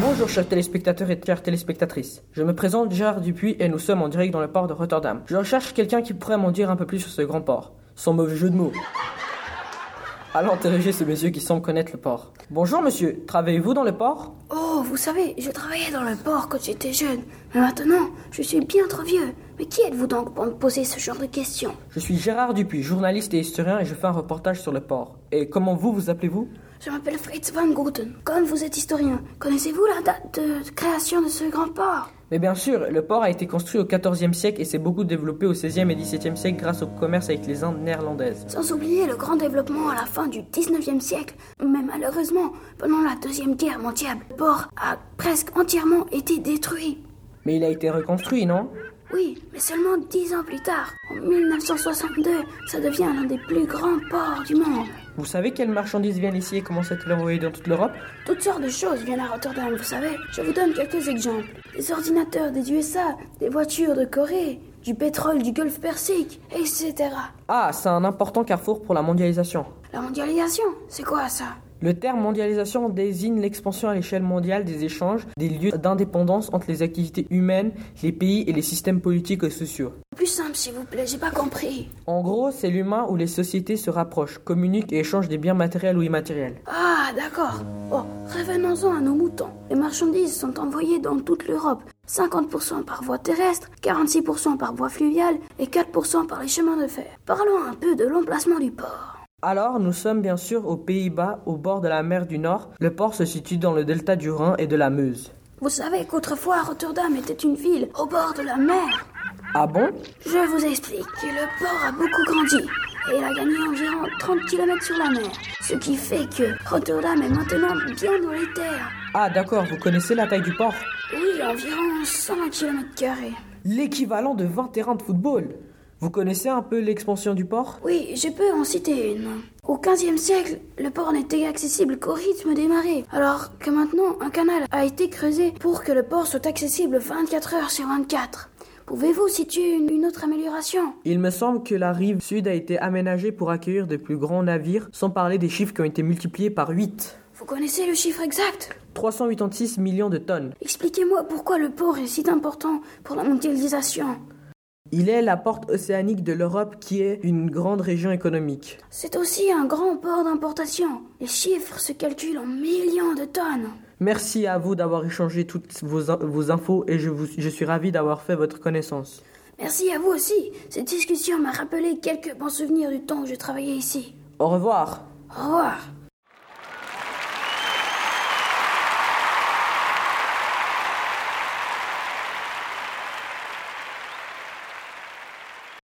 Bonjour chers téléspectateurs et chères téléspectatrices. Je me présente Gérard Dupuis et nous sommes en direct dans le port de Rotterdam. Je recherche quelqu'un qui pourrait m'en dire un peu plus sur ce grand port. Sans mauvais jeu de mots. Allons interroger ce monsieur qui semble connaître le port. Bonjour monsieur, travaillez-vous dans le port Oh, vous savez, je travaillais dans le port quand j'étais jeune. Mais maintenant, je suis bien trop vieux. Mais qui êtes-vous donc pour me poser ce genre de questions Je suis Gérard Dupuis, journaliste et historien et je fais un reportage sur le port. Et comment vous vous appelez-vous Je m'appelle Fritz van Gouten. Comme vous êtes historien, connaissez-vous la date de création de ce grand port Mais bien sûr, le port a été construit au XIVe siècle et s'est beaucoup développé au XVIe et XVIIe siècle grâce au commerce avec les Indes néerlandaises. Sans oublier le grand développement à la fin du 19e siècle, mais malheureusement, pendant la Deuxième Guerre mondiale, le port a presque entièrement été détruit. Mais il a été reconstruit, non Oui, mais seulement dix ans plus tard, en 1962, ça devient l'un des plus grands ports du monde. Vous savez quelles marchandises viennent ici et commencent à être envoyées dans toute l'Europe Toutes sortes de choses viennent à Rotterdam, vous savez. Je vous donne quelques exemples. Des ordinateurs des USA, des voitures de Corée, du pétrole du Golfe Persique, etc. Ah, c'est un important carrefour pour la mondialisation. La mondialisation, c'est quoi ça Le terme mondialisation désigne l'expansion à l'échelle mondiale des échanges, des lieux d'indépendance entre les activités humaines, les pays et les systèmes politiques et sociaux. Plus simple, s'il vous plaît, j'ai pas compris. En gros, c'est l'humain où les sociétés se rapprochent, communiquent et échangent des biens matériels ou immatériels. Ah, d'accord. Bon, revenons-en à nos moutons. Les marchandises sont envoyées dans toute l'Europe. 50% par voie terrestre, 46% par voie fluviale et 4% par les chemins de fer. Parlons un peu de l'emplacement du port. Alors, nous sommes bien sûr aux Pays-Bas, au bord de la mer du Nord. Le port se situe dans le delta du Rhin et de la Meuse. Vous savez qu'autrefois Rotterdam était une ville au bord de la mer. Ah bon Je vous explique. Le port a beaucoup grandi et il a gagné environ 30 km sur la mer. Ce qui fait que Rotterdam est maintenant bien dans les terres. Ah d'accord, vous connaissez la taille du port Oui, environ 100 km. L'équivalent de 20 terrains de football. Vous connaissez un peu l'expansion du port Oui, je peux en citer une. Au XVe siècle, le port n'était accessible qu'au rythme des marées, alors que maintenant, un canal a été creusé pour que le port soit accessible 24 heures sur 24. Pouvez-vous situer une, une autre amélioration Il me semble que la rive sud a été aménagée pour accueillir de plus grands navires, sans parler des chiffres qui ont été multipliés par 8. Vous connaissez le chiffre exact 386 millions de tonnes. Expliquez-moi pourquoi le port est si important pour la mondialisation. Il est la porte océanique de l'Europe qui est une grande région économique. C'est aussi un grand port d'importation. Les chiffres se calculent en millions de tonnes. Merci à vous d'avoir échangé toutes vos, in- vos infos et je, vous- je suis ravi d'avoir fait votre connaissance. Merci à vous aussi. Cette discussion m'a rappelé quelques bons souvenirs du temps où je travaillais ici. Au revoir Au revoir.